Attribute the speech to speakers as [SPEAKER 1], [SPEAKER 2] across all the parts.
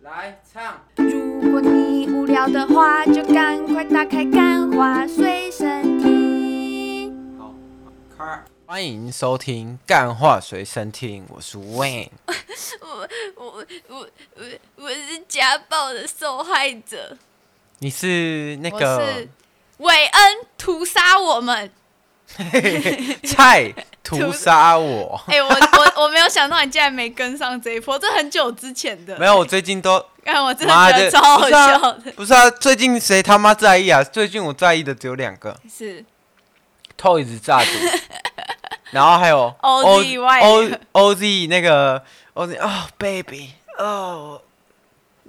[SPEAKER 1] 来唱，
[SPEAKER 2] 如果你无聊的话，就赶快打开《干花随身听》。
[SPEAKER 1] 好，开。欢迎收听《干话随身听》，我是 Wayne。
[SPEAKER 2] 我我我我我是家暴的受害者，
[SPEAKER 1] 你是那
[SPEAKER 2] 我
[SPEAKER 1] 个
[SPEAKER 2] 是韦恩屠杀我们。
[SPEAKER 1] 菜屠杀我？
[SPEAKER 2] 哎、我我我没有想到你竟然没跟上这一波，这很久之前的。
[SPEAKER 1] 没有，我最近都
[SPEAKER 2] 看 我真的
[SPEAKER 1] 妈
[SPEAKER 2] 觉
[SPEAKER 1] 的
[SPEAKER 2] 得超好
[SPEAKER 1] 不是啊
[SPEAKER 2] 笑的。
[SPEAKER 1] 不是啊，最近谁他妈在意啊？最近我在意的只有两个
[SPEAKER 2] 是
[SPEAKER 1] ，Toys 炸主，然后还有
[SPEAKER 2] OZ 外
[SPEAKER 1] O O Z 那个 O Z 哦 Baby 哦，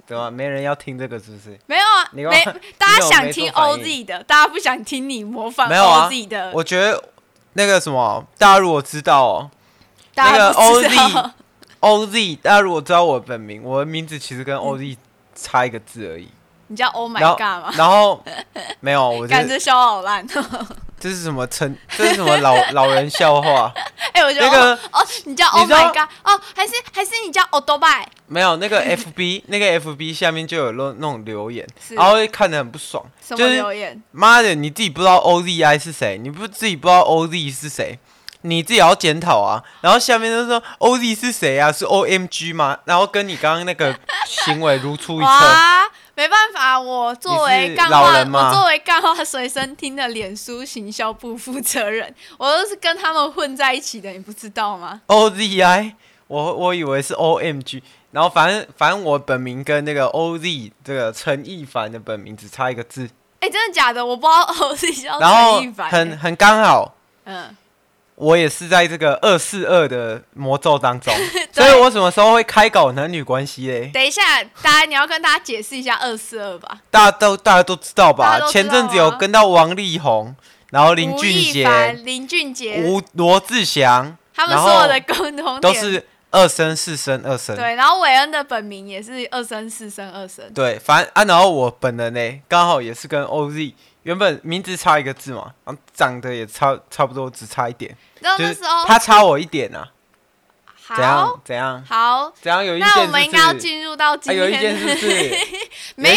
[SPEAKER 1] 怎么没人要听这个是不是？
[SPEAKER 2] 没有啊，
[SPEAKER 1] 你干
[SPEAKER 2] 没
[SPEAKER 1] 嘛
[SPEAKER 2] 大
[SPEAKER 1] 你
[SPEAKER 2] 家
[SPEAKER 1] 怎么
[SPEAKER 2] 想
[SPEAKER 1] 没
[SPEAKER 2] 听
[SPEAKER 1] 做反应
[SPEAKER 2] OZ 的，大家不想听你模仿
[SPEAKER 1] 没有啊
[SPEAKER 2] OZ 的，
[SPEAKER 1] 我觉得那个什么，大家如果知道哦
[SPEAKER 2] 大家
[SPEAKER 1] 那个
[SPEAKER 2] 不知道
[SPEAKER 1] OZ，OZ，大家如果知道我的本名，我的名字其实跟 OZ 差一个字而已。
[SPEAKER 2] 你叫嗯 Oh my
[SPEAKER 1] 然后
[SPEAKER 2] God 吗？
[SPEAKER 1] 然后没 有，我
[SPEAKER 2] 感
[SPEAKER 1] 这
[SPEAKER 2] 觉笑好烂。哦
[SPEAKER 1] 这是什么成，这是什么老 老人笑话？
[SPEAKER 2] 哎、我觉得
[SPEAKER 1] 那个
[SPEAKER 2] 哦哦，你叫
[SPEAKER 1] 你
[SPEAKER 2] Oh
[SPEAKER 1] 知道
[SPEAKER 2] my God 哦，还是还是你叫 o d o b y
[SPEAKER 1] 没有，那个 FB 那个 FB 下面就有那那种留言，
[SPEAKER 2] 是
[SPEAKER 1] 然后会看得很不爽，
[SPEAKER 2] 什么
[SPEAKER 1] 就是
[SPEAKER 2] 留言？
[SPEAKER 1] 妈的，你自己不知道 OZI 是谁，你不自己不知道 OZ 是谁，你自己要检讨啊。然后下面就说 OZ 是谁啊？是 OMG 吗？然后跟你刚刚那个行为如出一辙。
[SPEAKER 2] 哇，没办法，我作
[SPEAKER 1] 你
[SPEAKER 2] 为
[SPEAKER 1] 是
[SPEAKER 2] 干
[SPEAKER 1] 老
[SPEAKER 2] 话，
[SPEAKER 1] 人吗
[SPEAKER 2] 我作为干话随身听的脸书行销部负责人， 我都是跟他们混在一起的，你不知道吗？
[SPEAKER 1] OZI，我我以为是 OMG。然后反正反正我本名跟那个 OZ 这个陈亦凡的本名只差一个字，
[SPEAKER 2] 哎、真的假的？我不知道 OZ 叫
[SPEAKER 1] 然后
[SPEAKER 2] 哦陈一凡、
[SPEAKER 1] 很很刚好，
[SPEAKER 2] 嗯，，
[SPEAKER 1] 我也是在这个二四二的魔咒当中 所以我什么时候会开搞男女关系嘞？
[SPEAKER 2] 等一下，大家你要跟大家解释一下二四二吧。
[SPEAKER 1] 大家都大家都知道
[SPEAKER 2] 大家
[SPEAKER 1] 吧？
[SPEAKER 2] 都知道啊
[SPEAKER 1] 前阵子有跟到王力宏，然后林
[SPEAKER 2] 吴
[SPEAKER 1] 俊
[SPEAKER 2] 亦
[SPEAKER 1] 杰、
[SPEAKER 2] 凡、林俊杰，
[SPEAKER 1] 吴罗志祥，
[SPEAKER 2] 他们
[SPEAKER 1] 然后
[SPEAKER 2] 所有的共同点
[SPEAKER 1] 都是二声、四声、二声。
[SPEAKER 2] 对，然后韦恩的本名也是二声、四声、二声。
[SPEAKER 1] 对，反正啊，然后我本人呢，刚好也是跟 OZ 原本名字差一个字嘛，然后长得也差差不多，只差一点，
[SPEAKER 2] 然后
[SPEAKER 1] 就
[SPEAKER 2] 那
[SPEAKER 1] 是
[SPEAKER 2] 时候
[SPEAKER 1] 他差我一点啊，怎
[SPEAKER 2] 好
[SPEAKER 1] 样怎样
[SPEAKER 2] 好，
[SPEAKER 1] 怎样有意见
[SPEAKER 2] 那我
[SPEAKER 1] 是不
[SPEAKER 2] 们应该要
[SPEAKER 1] 是？
[SPEAKER 2] 进入到
[SPEAKER 1] 啊，
[SPEAKER 2] 今
[SPEAKER 1] 有
[SPEAKER 2] 天
[SPEAKER 1] 意
[SPEAKER 2] 的。
[SPEAKER 1] 见 是不是？
[SPEAKER 2] 没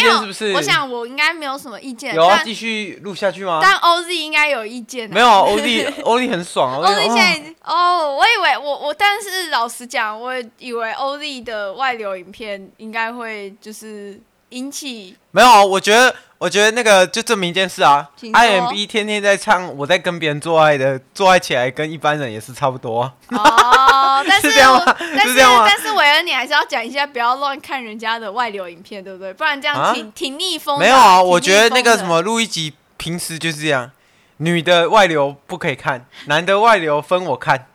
[SPEAKER 1] 有意
[SPEAKER 2] 有，
[SPEAKER 1] 见是不是
[SPEAKER 2] 我想我应该没有什么意见，
[SPEAKER 1] 有要
[SPEAKER 2] 但
[SPEAKER 1] 继续录下去吗？
[SPEAKER 2] 但 OZ 应该有意见、啊。
[SPEAKER 1] 没有啊，OZ OZ 很爽啊
[SPEAKER 2] OZ 现
[SPEAKER 1] 哦
[SPEAKER 2] 在已经哦，我以为我我，但是老实讲，我以为 OZ 的外流影片应该会就是引起
[SPEAKER 1] 没有啊，我觉得，我觉得那个就证明一件事啊
[SPEAKER 2] 请说
[SPEAKER 1] ，IMB 天天在唱我在跟别人做爱的，做爱起来跟一般人也是差不多啊、
[SPEAKER 2] 哦，但
[SPEAKER 1] 是
[SPEAKER 2] 是
[SPEAKER 1] 这样吗
[SPEAKER 2] 我但
[SPEAKER 1] 是这样吗
[SPEAKER 2] 但是韦恩，你还是要讲一下，不要乱看人家的外流影片，对不对？不然这样
[SPEAKER 1] 啊
[SPEAKER 2] 挺、挺逆风的。
[SPEAKER 1] 没有啊，
[SPEAKER 2] 挺
[SPEAKER 1] 我觉得那
[SPEAKER 2] 逆风的
[SPEAKER 1] 个什么录一集，平时就是这样，女的外流不可以看，男的外流分我看，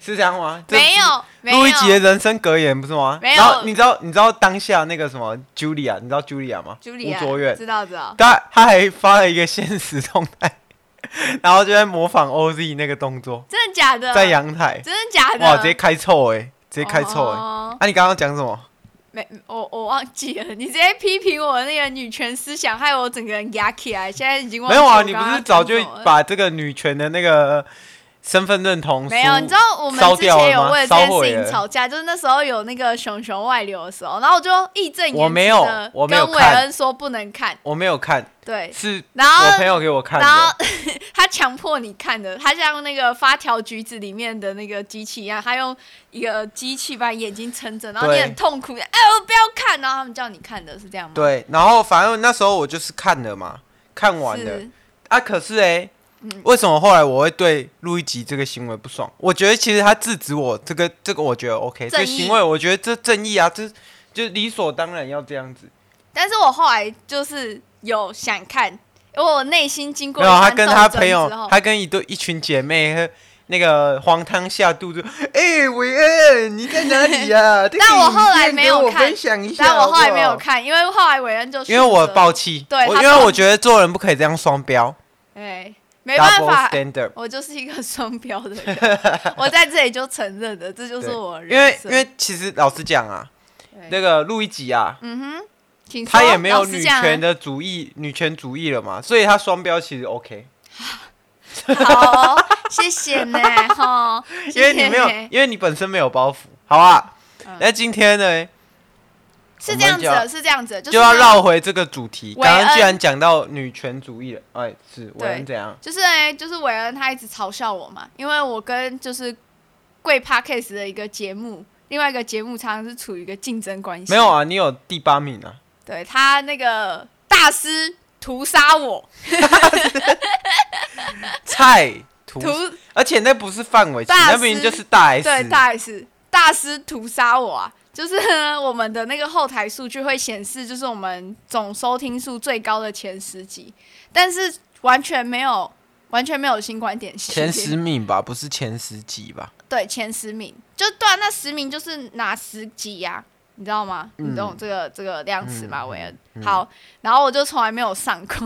[SPEAKER 1] 是这样吗？这
[SPEAKER 2] 没有没有
[SPEAKER 1] 录一集的人生格言不是吗？
[SPEAKER 2] 没有
[SPEAKER 1] 然后你知道你知道当下那个什么 Julia，你知道 Julia 吗？
[SPEAKER 2] Julia，
[SPEAKER 1] 吴卓远，
[SPEAKER 2] 知道知道。
[SPEAKER 1] 他他还发了一个现实动态，然后就在模仿 OZ 那个动作，
[SPEAKER 2] 真的假的？
[SPEAKER 1] 在阳台。
[SPEAKER 2] 真的假的？
[SPEAKER 1] 哇，直接开臭哎、直接开臭哎、
[SPEAKER 2] 啊哦
[SPEAKER 1] 啊，你刚刚讲什么？
[SPEAKER 2] 没，我我忘记了。你直接批评我那个女权思想，害我整个人压起来。现在已经忘
[SPEAKER 1] 没
[SPEAKER 2] 记
[SPEAKER 1] 有啊，
[SPEAKER 2] 我
[SPEAKER 1] 你
[SPEAKER 2] 刚
[SPEAKER 1] 不
[SPEAKER 2] 刚
[SPEAKER 1] 是早
[SPEAKER 2] 讲
[SPEAKER 1] 就
[SPEAKER 2] 什么了
[SPEAKER 1] 把这个女权的那个身份认同
[SPEAKER 2] 没有？
[SPEAKER 1] 书
[SPEAKER 2] 你知道我们
[SPEAKER 1] 烧
[SPEAKER 2] 之
[SPEAKER 1] 掉
[SPEAKER 2] 前
[SPEAKER 1] 了
[SPEAKER 2] 有
[SPEAKER 1] 吗
[SPEAKER 2] 为了这
[SPEAKER 1] 烧
[SPEAKER 2] 件
[SPEAKER 1] 毁
[SPEAKER 2] 事情
[SPEAKER 1] 了
[SPEAKER 2] 吵架，就是那时候有那个熊熊外流的时候，然后我就义正言
[SPEAKER 1] 我没有
[SPEAKER 2] 辞的
[SPEAKER 1] 我没有
[SPEAKER 2] 跟韦
[SPEAKER 1] 看
[SPEAKER 2] 恩说不能看，
[SPEAKER 1] 我没有看，
[SPEAKER 2] 对，
[SPEAKER 1] 是
[SPEAKER 2] 哎然后
[SPEAKER 1] 我朋友给我看
[SPEAKER 2] 然后
[SPEAKER 1] 的。
[SPEAKER 2] 他强迫你看的，他像那个发条橘子里面的那个机器一样，他用一个机器把眼睛撑着，然后你
[SPEAKER 1] 对
[SPEAKER 2] 很痛苦，哎，我不要看，然后他们叫你看的是这样吗？
[SPEAKER 1] 对，然后反正那时候我就是看了嘛，看完了
[SPEAKER 2] 是，嗯
[SPEAKER 1] 啊。可是哎、为什么后来我会对陆一吉这个行为不爽？我觉得其实他制止我这个这个，我觉得 OK，这
[SPEAKER 2] 正
[SPEAKER 1] 个
[SPEAKER 2] 义
[SPEAKER 1] 行为我觉得这正义啊，这就理所当然要这样子。
[SPEAKER 2] 但是我后来就是有想看，因为我内心经过
[SPEAKER 1] 没有，
[SPEAKER 2] 一
[SPEAKER 1] 他
[SPEAKER 2] 番
[SPEAKER 1] 跟
[SPEAKER 2] 斗
[SPEAKER 1] 他
[SPEAKER 2] 争
[SPEAKER 1] 朋友
[SPEAKER 2] 之后，
[SPEAKER 1] 他跟一对一群姐妹和那个黄汤下肚就，哎、韦恩，你在哪里 呀、这个
[SPEAKER 2] 但我后来
[SPEAKER 1] 影片
[SPEAKER 2] 没有
[SPEAKER 1] 给我
[SPEAKER 2] 看
[SPEAKER 1] 分享一下
[SPEAKER 2] 但我后来
[SPEAKER 1] 好不
[SPEAKER 2] 没
[SPEAKER 1] 好
[SPEAKER 2] 有，看，因为后来韦恩就
[SPEAKER 1] 因为我
[SPEAKER 2] 抱，
[SPEAKER 1] 爆气，
[SPEAKER 2] 对
[SPEAKER 1] 我
[SPEAKER 2] 他
[SPEAKER 1] 因为
[SPEAKER 2] 爆
[SPEAKER 1] 我觉得做人不可以这样双标
[SPEAKER 2] 哎，没办
[SPEAKER 1] ，double
[SPEAKER 2] 法。
[SPEAKER 1] standard。
[SPEAKER 2] 我就是一个双标的人， 我在这里就承认了，这就是
[SPEAKER 1] 对
[SPEAKER 2] 我的
[SPEAKER 1] 因为
[SPEAKER 2] 人
[SPEAKER 1] 因
[SPEAKER 2] 生。
[SPEAKER 1] 为其实老实讲啊，
[SPEAKER 2] 对
[SPEAKER 1] 那个陆一吉啊，
[SPEAKER 2] 请
[SPEAKER 1] 他
[SPEAKER 2] 说
[SPEAKER 1] 也没有
[SPEAKER 2] 老实
[SPEAKER 1] 女
[SPEAKER 2] 讲啊
[SPEAKER 1] 权的主义，女权主义了嘛，所以他双标其实 OK，
[SPEAKER 2] 好、哦，谢谢呢，哈，
[SPEAKER 1] 因为你没有
[SPEAKER 2] 谢谢，呢
[SPEAKER 1] 因为你本身没有包袱，好啊
[SPEAKER 2] 嗯。
[SPEAKER 1] 那今天呢，
[SPEAKER 2] 是这样子
[SPEAKER 1] 我们
[SPEAKER 2] 的，是这样子的，
[SPEAKER 1] 就
[SPEAKER 2] 就是
[SPEAKER 1] 要
[SPEAKER 2] 呢
[SPEAKER 1] 绕回这个主题。
[SPEAKER 2] 韦恩
[SPEAKER 1] 刚刚居然讲到女权主义了，哎，是韦恩怎样？
[SPEAKER 2] 就是哎、就是韦恩他一直嘲笑我嘛，因为我跟就是贵 Podcast 的一个节目，另外一个节目常常是处于一个竞争关系。
[SPEAKER 1] 没有，啊，你有第八名啊，
[SPEAKER 2] 对他那个大师屠杀我，
[SPEAKER 1] 菜图，
[SPEAKER 2] 屠
[SPEAKER 1] 而且那不是范玮琪，
[SPEAKER 2] 大
[SPEAKER 1] 那
[SPEAKER 2] 师
[SPEAKER 1] 明明就是大 S。
[SPEAKER 2] 对大 S 大师屠杀我啊！就是呢我们的那个后台数据会显示，就是我们总收听数最高的前十集，但是完全没有完全没有新观点系列。
[SPEAKER 1] 前十名吧，不是前十集吧？
[SPEAKER 2] 对前十名，就对啊，那十名就是拿十集呀、你知道吗？你
[SPEAKER 1] 嗯
[SPEAKER 2] 懂这个、这个量词吗，韦恩、好，然后我就从来没有上过，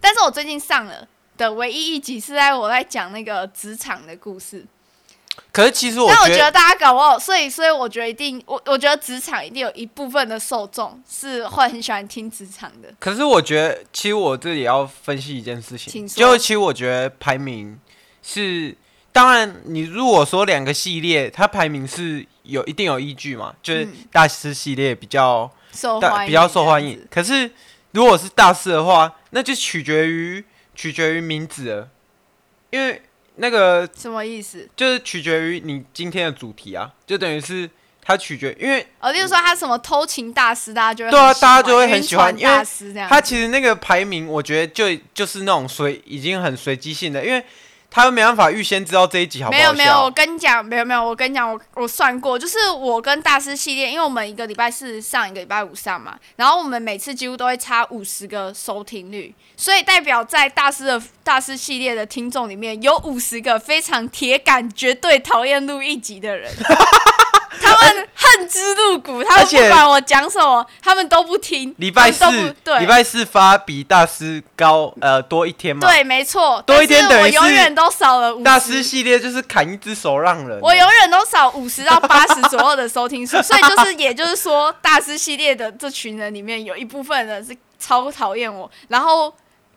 [SPEAKER 2] 但是我最近上了的唯一一集是在我在讲那个职场的故事。
[SPEAKER 1] 可是其实
[SPEAKER 2] 但我
[SPEAKER 1] 觉
[SPEAKER 2] 觉得大家搞不好，所以所以我觉得一定，我我觉得职场一定有一部分的受众是会很喜欢听职场的。
[SPEAKER 1] 可是我觉得，其实我这里要分析一件事情，
[SPEAKER 2] 请说
[SPEAKER 1] 就其实我觉得排名是，当然你如果说两个系列，它排名是有一定有依据嘛，就是
[SPEAKER 2] 嗯
[SPEAKER 1] 大师系列比较
[SPEAKER 2] 受欢
[SPEAKER 1] 大
[SPEAKER 2] 迎，
[SPEAKER 1] 比较受欢迎。。可是如果是大师的话，那就取决于取决于名字了，因为那个
[SPEAKER 2] 什么意思？
[SPEAKER 1] 就是取决于你今天的主题啊，就等于是它取决，因为
[SPEAKER 2] 哦，例如说他什么偷情大师，大家就会
[SPEAKER 1] 对啊
[SPEAKER 2] 很喜
[SPEAKER 1] 大家
[SPEAKER 2] 欢
[SPEAKER 1] 就会很喜欢
[SPEAKER 2] 晕
[SPEAKER 1] 因
[SPEAKER 2] 船
[SPEAKER 1] 为
[SPEAKER 2] 大师这样。
[SPEAKER 1] 他其实那个排名，我觉得就就是那种随已经很随机性的，因为他没办法预先知道这一集好不好
[SPEAKER 2] 没
[SPEAKER 1] 笑。啊
[SPEAKER 2] 有没有，我跟你讲，没有没有，我跟你讲，我我算过，就是我跟大师系列，因为我们一个礼拜四上，一个礼拜五上嘛，然后我们每次几乎都会差五十个收听率，所以代表在大师的大师系列的听众里面有五十个非常铁杆、绝对讨厌录一集的人。 他们恨之入骨，他
[SPEAKER 1] 而
[SPEAKER 2] 们不
[SPEAKER 1] 且
[SPEAKER 2] 管我讲什么，他们都不听。
[SPEAKER 1] 礼拜
[SPEAKER 2] 他们都
[SPEAKER 1] 四
[SPEAKER 2] 不，对，
[SPEAKER 1] 礼拜四发比大师高呃多一天嘛。，
[SPEAKER 2] 对，没错。
[SPEAKER 1] 多一天
[SPEAKER 2] 但是
[SPEAKER 1] 等
[SPEAKER 2] 我
[SPEAKER 1] 于是
[SPEAKER 2] 永远都少了五
[SPEAKER 1] 大师系列就是砍一只手让人。
[SPEAKER 2] 我永远都少五十到八十左右的收听数，所以就是也就是说，大师系列的这群人里面有一部分人是超讨厌我，然后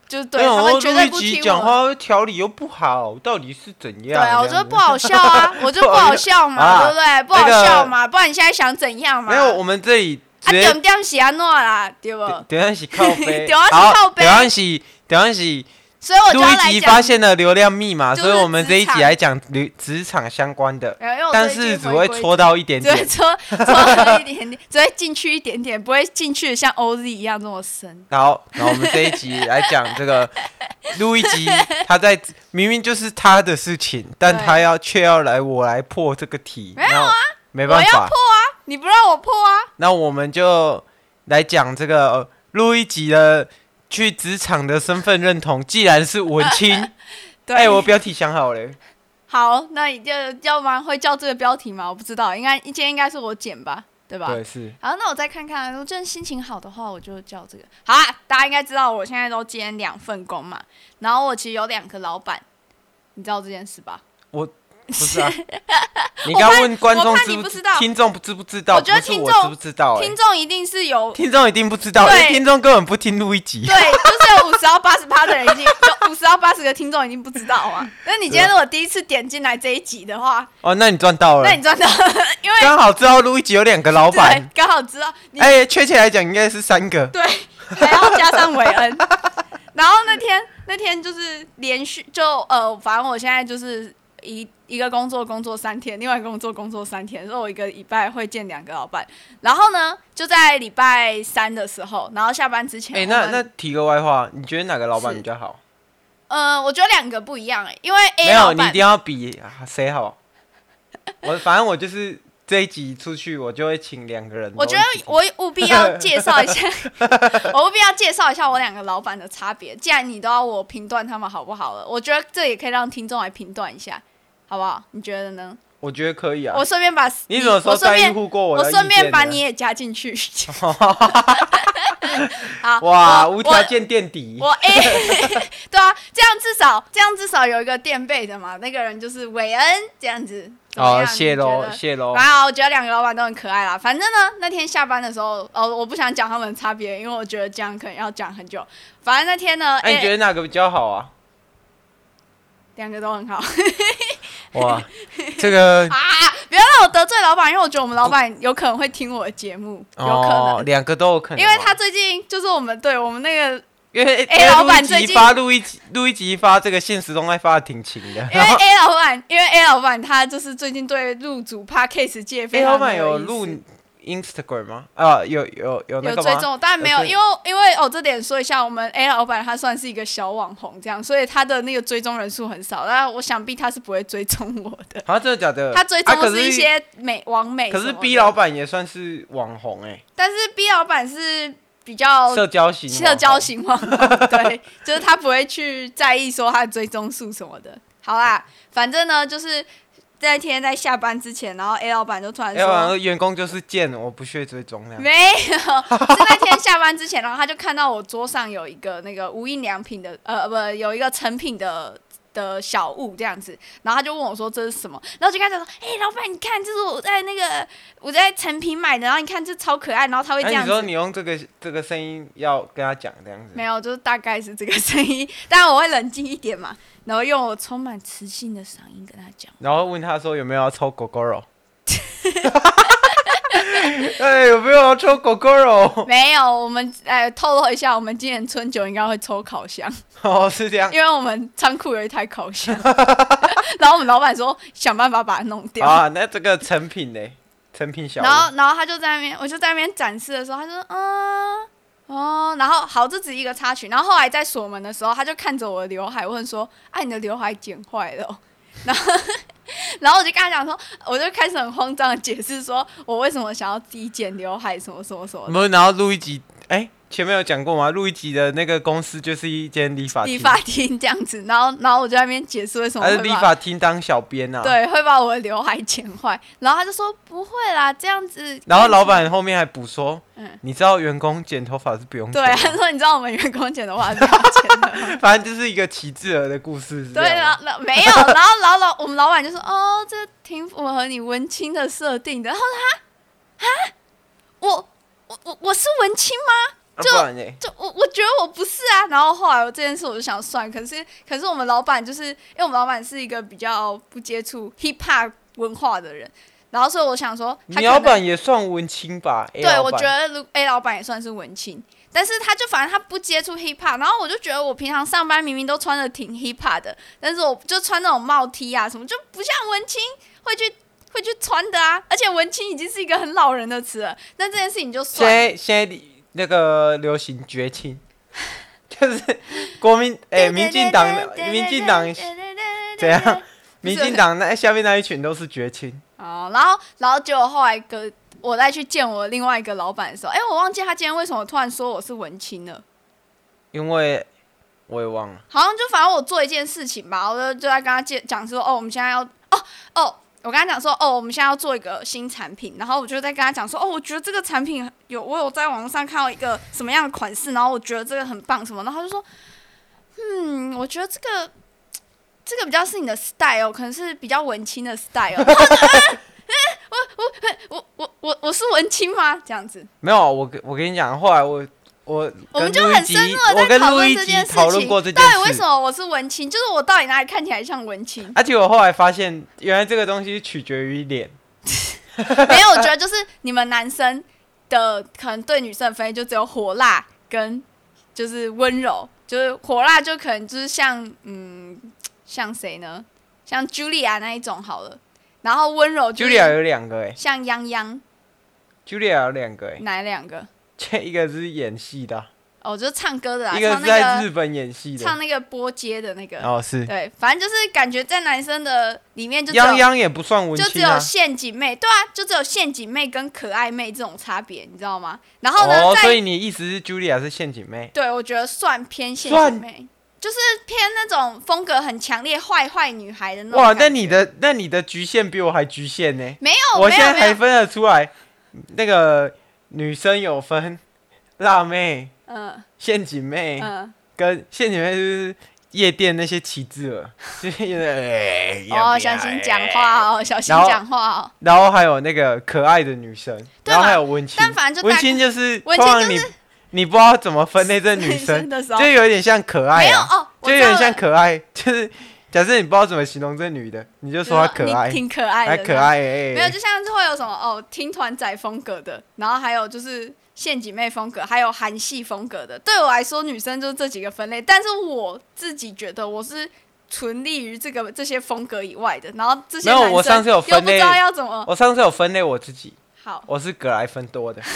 [SPEAKER 2] 就是对
[SPEAKER 1] 没有
[SPEAKER 2] 他们
[SPEAKER 1] 我
[SPEAKER 2] 绝
[SPEAKER 1] 录
[SPEAKER 2] 对
[SPEAKER 1] 一
[SPEAKER 2] 不
[SPEAKER 1] 集
[SPEAKER 2] 听
[SPEAKER 1] 讲
[SPEAKER 2] 我。
[SPEAKER 1] 话条理又不好，到底是怎
[SPEAKER 2] 对
[SPEAKER 1] 样？
[SPEAKER 2] 啊，我
[SPEAKER 1] 这
[SPEAKER 2] 觉
[SPEAKER 1] 样
[SPEAKER 2] 得
[SPEAKER 1] 子
[SPEAKER 2] 不好笑啊， 我就不好笑嘛，
[SPEAKER 1] 啊
[SPEAKER 2] 对不对？不好笑嘛，不然你现在想怎样嘛？
[SPEAKER 1] 没有，我们这里直
[SPEAKER 2] 啊，
[SPEAKER 1] 接
[SPEAKER 2] 点点是安诺啦，对不？
[SPEAKER 1] 等下洗靠背，
[SPEAKER 2] 等下是
[SPEAKER 1] 好
[SPEAKER 2] 靠背
[SPEAKER 1] 等下洗，等下洗。
[SPEAKER 2] 所以我就
[SPEAKER 1] 录
[SPEAKER 2] 要
[SPEAKER 1] 一
[SPEAKER 2] 来
[SPEAKER 1] 集发
[SPEAKER 2] 讲，
[SPEAKER 1] 现了流量密码，
[SPEAKER 2] 就
[SPEAKER 1] 所以
[SPEAKER 2] 是
[SPEAKER 1] 我们这一集
[SPEAKER 2] 职场
[SPEAKER 1] 来讲职职场相关的，
[SPEAKER 2] 没有因为我
[SPEAKER 1] 但
[SPEAKER 2] 最近
[SPEAKER 1] 是只
[SPEAKER 2] 回
[SPEAKER 1] 会
[SPEAKER 2] 归
[SPEAKER 1] 戳到一点
[SPEAKER 2] 只会
[SPEAKER 1] 点。
[SPEAKER 2] 戳戳一点点，只会进去一点点，不会进去的像 OZ 一样这么深。
[SPEAKER 1] 好，然后我们这一集来讲这个录一集，他在明明就是他的事情，但他
[SPEAKER 2] 对
[SPEAKER 1] 要却要来我来破这个题，没有啊，没
[SPEAKER 2] 我
[SPEAKER 1] 办
[SPEAKER 2] 要破
[SPEAKER 1] 法，
[SPEAKER 2] 啊，你不让我破啊，
[SPEAKER 1] 那我们就来讲这个呃录一集的去职场的身份认同，既然是文青，
[SPEAKER 2] 对，
[SPEAKER 1] 哎、我标题想好了，
[SPEAKER 2] 好，那你就要不然会叫这个标题吗？我不知道，应该今天应该是我剪吧， 对吧？
[SPEAKER 1] 对，是
[SPEAKER 2] 好，那我再看看，我真的心情好的话，我就叫这个。好啊，大家应该知道我现在都兼两份工嘛，然后我其实有两个老板，你知道这件事吧？
[SPEAKER 1] 不是 啊，你刚问观众
[SPEAKER 2] 我怕
[SPEAKER 1] 知
[SPEAKER 2] 你
[SPEAKER 1] 不
[SPEAKER 2] 不知道
[SPEAKER 1] 听众不知不知道？
[SPEAKER 2] 我觉得
[SPEAKER 1] 不是
[SPEAKER 2] 听
[SPEAKER 1] 我
[SPEAKER 2] 众
[SPEAKER 1] 知不知道、欸？
[SPEAKER 2] 听众一定是有
[SPEAKER 1] 听众一定不知道，因哎
[SPEAKER 2] 对
[SPEAKER 1] 为听众根本不听录一集
[SPEAKER 2] 对，。就是有五十到八十趴的人已经有五十到八十个听众已经不知道 啊。那你今天如果第一次点进来这一集的话，
[SPEAKER 1] 哦，那你赚到了
[SPEAKER 2] 那，你赚到， 因为
[SPEAKER 1] 刚好知道录一集有两个老
[SPEAKER 2] 对
[SPEAKER 1] 板，
[SPEAKER 2] 刚好知道你
[SPEAKER 1] 哎、确切来讲应该是三个。
[SPEAKER 2] 对，还要加上韦恩。然后那天那天就是连续就呃，反正我现在就是一一个工作工作三天，另外一个工作工作三天，所以我一个礼拜会见两个老板。然后呢，就在礼拜三的时候，然后下班之前
[SPEAKER 1] 哎、
[SPEAKER 2] 我
[SPEAKER 1] 那
[SPEAKER 2] 们，
[SPEAKER 1] 那提个外话，你觉得哪个老板
[SPEAKER 2] 是
[SPEAKER 1] 比较好？
[SPEAKER 2] 呃，我觉得两个不一样哎、因为 A
[SPEAKER 1] 没
[SPEAKER 2] 老
[SPEAKER 1] 有，你一
[SPEAKER 2] 板
[SPEAKER 1] 定要比啊谁好。 我反正我就是这一集出去，我就会请两个人都
[SPEAKER 2] 我
[SPEAKER 1] 一起
[SPEAKER 2] 觉
[SPEAKER 1] 听。
[SPEAKER 2] 得我务必要介 绍一下， 我务必要介绍一下我两个老板的差别。既然你都要我评断他们好不好了，我觉得这也可以让听众来评断一下，好不好？你觉得呢？
[SPEAKER 1] 我觉得可以啊
[SPEAKER 2] 我。顺便把
[SPEAKER 1] 你什么时候
[SPEAKER 2] 我顺
[SPEAKER 1] 在意
[SPEAKER 2] 便
[SPEAKER 1] 乎过
[SPEAKER 2] 我
[SPEAKER 1] 的意见呢？
[SPEAKER 2] 顺便把你也加进去。 好，
[SPEAKER 1] 哇，
[SPEAKER 2] 我
[SPEAKER 1] 无条件垫底
[SPEAKER 2] 我。我 A，对啊，这样至少这样至少有一个垫背的嘛。那个人就是韦恩这样子。怎么
[SPEAKER 1] 哦，
[SPEAKER 2] 样
[SPEAKER 1] 谢
[SPEAKER 2] 你觉
[SPEAKER 1] 喽，
[SPEAKER 2] 得
[SPEAKER 1] 谢喽。
[SPEAKER 2] 还好，我觉得两个老板都很可爱啦。反正呢，那天下班的时候，呃，我不想讲他们的差别，因为我觉得这样可能要讲很久。反正那天呢，
[SPEAKER 1] 哎、
[SPEAKER 2] 哎、
[SPEAKER 1] 你觉得哪个比较好啊？
[SPEAKER 2] 两个都很好
[SPEAKER 1] 哇，这个
[SPEAKER 2] 啊！不不要让我得罪老板，因为我觉得我们老板有可能会听我的节目，有可
[SPEAKER 1] 哦，
[SPEAKER 2] 能，
[SPEAKER 1] 两个都有可能
[SPEAKER 2] 因
[SPEAKER 1] 嘛，
[SPEAKER 2] 为他最近就是我们对我们那个，
[SPEAKER 1] 因为
[SPEAKER 2] 哎老板
[SPEAKER 1] 录一
[SPEAKER 2] 最
[SPEAKER 1] 集
[SPEAKER 2] 近
[SPEAKER 1] 发录一集录一集发这个现实动态发的挺勤的，
[SPEAKER 2] 因为 A 老板，因为 A 老板他就是最近对入主 podcast 界非
[SPEAKER 1] A
[SPEAKER 2] 常
[SPEAKER 1] 老板
[SPEAKER 2] 有
[SPEAKER 1] 有
[SPEAKER 2] 意思
[SPEAKER 1] 录 Instagram 吗？啊，有有有那
[SPEAKER 2] 有
[SPEAKER 1] 个
[SPEAKER 2] 追
[SPEAKER 1] 吗？
[SPEAKER 2] 踪，当然没有，
[SPEAKER 1] 有追
[SPEAKER 2] 因为因为哦，这点说一下，我们 A 老板他算是一个小网红这样，所以他的那个追踪人数很少，那我想必他是不会追踪我的，
[SPEAKER 1] 啊，真的假的？
[SPEAKER 2] 他追
[SPEAKER 1] 啊
[SPEAKER 2] 踪
[SPEAKER 1] 可
[SPEAKER 2] 的一些美网美什
[SPEAKER 1] 可
[SPEAKER 2] 么的，
[SPEAKER 1] 是 B 老板也算是网红哎、
[SPEAKER 2] 但是 B 老板是比较
[SPEAKER 1] 社交型网红
[SPEAKER 2] 哦社交。型网红，对， 就是他不会去在意说他的追踪数什么的。好啦，反正呢，就是那天在下班之前，然后 A 老板就突然
[SPEAKER 1] 要不
[SPEAKER 2] 说。
[SPEAKER 1] 然员工就是贱，我不屑追踪 那样。
[SPEAKER 2] 没有，是那天下班之前，然后他就看到我桌上有一个那个无印良品的，呃，不，有一个成品的的小物这样子，然后他就问我说这是什么，然后就跟他讲说，哎、老板，你看，这是我在那个我在成品买的，然后你看这超可爱，然后他会这
[SPEAKER 1] 哎、
[SPEAKER 2] 样
[SPEAKER 1] 你
[SPEAKER 2] 子
[SPEAKER 1] 说你用这个这个声音要跟他讲这样子
[SPEAKER 2] 没，有，就是大概是这个声音，当然我会冷静一点嘛，然后用我充满磁性的嗓音跟他讲。
[SPEAKER 1] 然后问他说有没有要抽狗狗肉？哎，有没有要抽狗狗肉？
[SPEAKER 2] 没有，我们呃透露一下，我们今年春酒应该会抽烤箱，
[SPEAKER 1] 哦，是这样。
[SPEAKER 2] 因为我们仓库有一台烤箱， 然后我们老板说想办法把它弄掉。
[SPEAKER 1] 啊，那这个成品呢？成品小屋
[SPEAKER 2] 然后，然后他就在那边，我就在那边展示的时候，他就说，嗯，哦，然后好，这只是一个插曲。然后后来在锁门的时候，他就看着我的刘海问说：“哎、你的刘海剪坏了哦、然后， 然后我就跟他讲说，我就开始很慌张的解释说，我为什么想要低剪刘海，什么什么什么
[SPEAKER 1] 我
[SPEAKER 2] 的。
[SPEAKER 1] 们然后录一集，哎、前面有讲过吗？录一集的那个公司就是一间理发
[SPEAKER 2] 理
[SPEAKER 1] 厅，
[SPEAKER 2] 发厅这样子，然后，然后我就在那边解释为什么
[SPEAKER 1] 还嗯是
[SPEAKER 2] 会把
[SPEAKER 1] 理发厅当小编啊？。
[SPEAKER 2] 对会把我的刘海剪坏，然后他就说不会啦，这样子。
[SPEAKER 1] 然后老板后面还补说，
[SPEAKER 2] 嗯
[SPEAKER 1] 你知道员工剪头发是不用
[SPEAKER 2] 对
[SPEAKER 1] 钱
[SPEAKER 2] 啊，
[SPEAKER 1] 的，
[SPEAKER 2] 他说你知道我们员工剪的话是不要剪的。
[SPEAKER 1] 反正就是一个齐志儿的故事，是这
[SPEAKER 2] 对啊
[SPEAKER 1] 样吗
[SPEAKER 2] 了，老没有，然后老老我们老板就说：“哦，这挺符合你文青的设定的。”然后他啊，我我我我是文青吗？
[SPEAKER 1] 啊
[SPEAKER 2] 就
[SPEAKER 1] 不然呢？
[SPEAKER 2] 就我我觉得我不是啊。然后后来我这件事我就想算，可是可是我们老板就是因为我们老板是一个比较不接触 hip hop 文化的人，然后所以我想说他可能，
[SPEAKER 1] 你老板也算文青吧？A
[SPEAKER 2] 对，
[SPEAKER 1] 老
[SPEAKER 2] 我
[SPEAKER 1] 板
[SPEAKER 2] 觉得如 A 老板也算是文青，但是他就反正他不接触 hip hop，然后我就觉得我平常上班明明都穿的挺 hip hop 的，但是我就穿那种帽 T 啊什么，就不像文青会去会去穿的啊。而且文青已经是一个很老人的词了，那这件事情就
[SPEAKER 1] 现
[SPEAKER 2] 算了。
[SPEAKER 1] 在现在那个流行绝亲， 就是国民哎、民进党民进党怎样？ 民进党那下面那一群都是绝亲，
[SPEAKER 2] 哦，然后然后结果后来隔我再去见我另外一个老板的时候，哎，我忘记他今天为什么突然说我是文青了。
[SPEAKER 1] 因为我也忘了。
[SPEAKER 2] 好像就反正我做一件事情吧，我就就在跟他介讲说，哦，我们现在要，哦哦，我跟他讲说，哦，我们现在要做一个新产品，然后我就在跟他讲说，哦，我觉得这个产品有，我有在网络上看到一个什么样的款式，然后我觉得这个很棒什么，然后他就说，嗯，我觉得这个这个比较是你的 style，可能哦是比较文青的 style。然后我就嗯 我我我我我我是文青吗？这样子，
[SPEAKER 1] 没有，啊我跟我跟你讲，后来我我
[SPEAKER 2] 我们
[SPEAKER 1] 跟
[SPEAKER 2] 就
[SPEAKER 1] 路易
[SPEAKER 2] 很
[SPEAKER 1] 吉
[SPEAKER 2] 深入的
[SPEAKER 1] 我
[SPEAKER 2] 在
[SPEAKER 1] 跟
[SPEAKER 2] 讨
[SPEAKER 1] 路
[SPEAKER 2] 论
[SPEAKER 1] 易
[SPEAKER 2] 这
[SPEAKER 1] 吉
[SPEAKER 2] 件事情。
[SPEAKER 1] 讨论过这件
[SPEAKER 2] 到底为
[SPEAKER 1] 事
[SPEAKER 2] 什，么我是文青？就是我到底哪里看起来像文青？
[SPEAKER 1] 而且我啊后来发现，原来这个东西取决于脸。
[SPEAKER 2] 没有，我觉得就是你们男生的可能对女生的分类就只有火辣跟就是温柔，就是火辣就可能就是像嗯像谁呢？像 Julia 那一种好了，然后温柔就是
[SPEAKER 1] Julia 有两个哎、
[SPEAKER 2] 像泱泱
[SPEAKER 1] Julia 有两个哎、
[SPEAKER 2] 哪两个？
[SPEAKER 1] 这一个是演戏的啊，
[SPEAKER 2] 哦，就是唱歌的啦，
[SPEAKER 1] 一个
[SPEAKER 2] 唱
[SPEAKER 1] 是在
[SPEAKER 2] 那个
[SPEAKER 1] 日本演戏的
[SPEAKER 2] 唱。那个波街的那个，
[SPEAKER 1] 哦，是
[SPEAKER 2] 对，反正就是感觉在男生的里面就只有
[SPEAKER 1] 泱泱也不算文
[SPEAKER 2] 就只
[SPEAKER 1] 青
[SPEAKER 2] 有
[SPEAKER 1] 啊。
[SPEAKER 2] 陷阱妹，对啊，就只有陷阱妹跟可爱妹这种差别，你知道吗？然后呢，
[SPEAKER 1] 哦，
[SPEAKER 2] 在
[SPEAKER 1] 所以你意思是 Julia 是陷阱妹？
[SPEAKER 2] 对，我觉得算偏陷
[SPEAKER 1] 算
[SPEAKER 2] 阱妹，就是偏那种风格很强烈、坏坏女孩的那种
[SPEAKER 1] 哇
[SPEAKER 2] 感，觉。
[SPEAKER 1] 那你的那你的局限比我还局限呢。
[SPEAKER 2] 没有，
[SPEAKER 1] 我
[SPEAKER 2] 没
[SPEAKER 1] 现
[SPEAKER 2] 有，
[SPEAKER 1] 在
[SPEAKER 2] 没
[SPEAKER 1] 还
[SPEAKER 2] 有，
[SPEAKER 1] 分得出来，那个女生有分辣妹、
[SPEAKER 2] 嗯
[SPEAKER 1] 陷阱妹，
[SPEAKER 2] 嗯，
[SPEAKER 1] 跟陷阱妹就是夜店那些旗帜了，就是 有点哎要
[SPEAKER 2] 哦，
[SPEAKER 1] 不要
[SPEAKER 2] 小心讲话哦，小心
[SPEAKER 1] 然后
[SPEAKER 2] 讲话哦。
[SPEAKER 1] 然后还有那个可爱的女生，
[SPEAKER 2] 对
[SPEAKER 1] 然后
[SPEAKER 2] 嘛
[SPEAKER 1] 还有文青，
[SPEAKER 2] 但反正就
[SPEAKER 1] 文
[SPEAKER 2] 大
[SPEAKER 1] 青就是
[SPEAKER 2] 文
[SPEAKER 1] 通
[SPEAKER 2] 青
[SPEAKER 1] 常
[SPEAKER 2] 就
[SPEAKER 1] 你你不知道怎么分类这女
[SPEAKER 2] 女
[SPEAKER 1] 生
[SPEAKER 2] 生，的时候哦
[SPEAKER 1] 就有点像可爱
[SPEAKER 2] 没有
[SPEAKER 1] 啊，
[SPEAKER 2] 哦，我
[SPEAKER 1] 就有
[SPEAKER 2] 知道
[SPEAKER 1] 点像
[SPEAKER 2] 了
[SPEAKER 1] 可爱，就是假设你不知道怎么形容这女的，你就说她可
[SPEAKER 2] 嗯你
[SPEAKER 1] 爱，
[SPEAKER 2] 挺可爱
[SPEAKER 1] 她
[SPEAKER 2] 的，
[SPEAKER 1] 可。爱哎、
[SPEAKER 2] 没有，就像是会有什么哦，听团仔风格的，然后还有就是陷阱妹风格，还有韩系风格的。对我来说，女生就是这几个分类，但是我自己觉得我是纯立于这个这些风格以外的。然后这些
[SPEAKER 1] 没有
[SPEAKER 2] 男生
[SPEAKER 1] 我上次有
[SPEAKER 2] 又
[SPEAKER 1] 分
[SPEAKER 2] 不
[SPEAKER 1] 类
[SPEAKER 2] 知道要怎么
[SPEAKER 1] 我上次有分类我自己，
[SPEAKER 2] 好，
[SPEAKER 1] 我是格莱芬多的，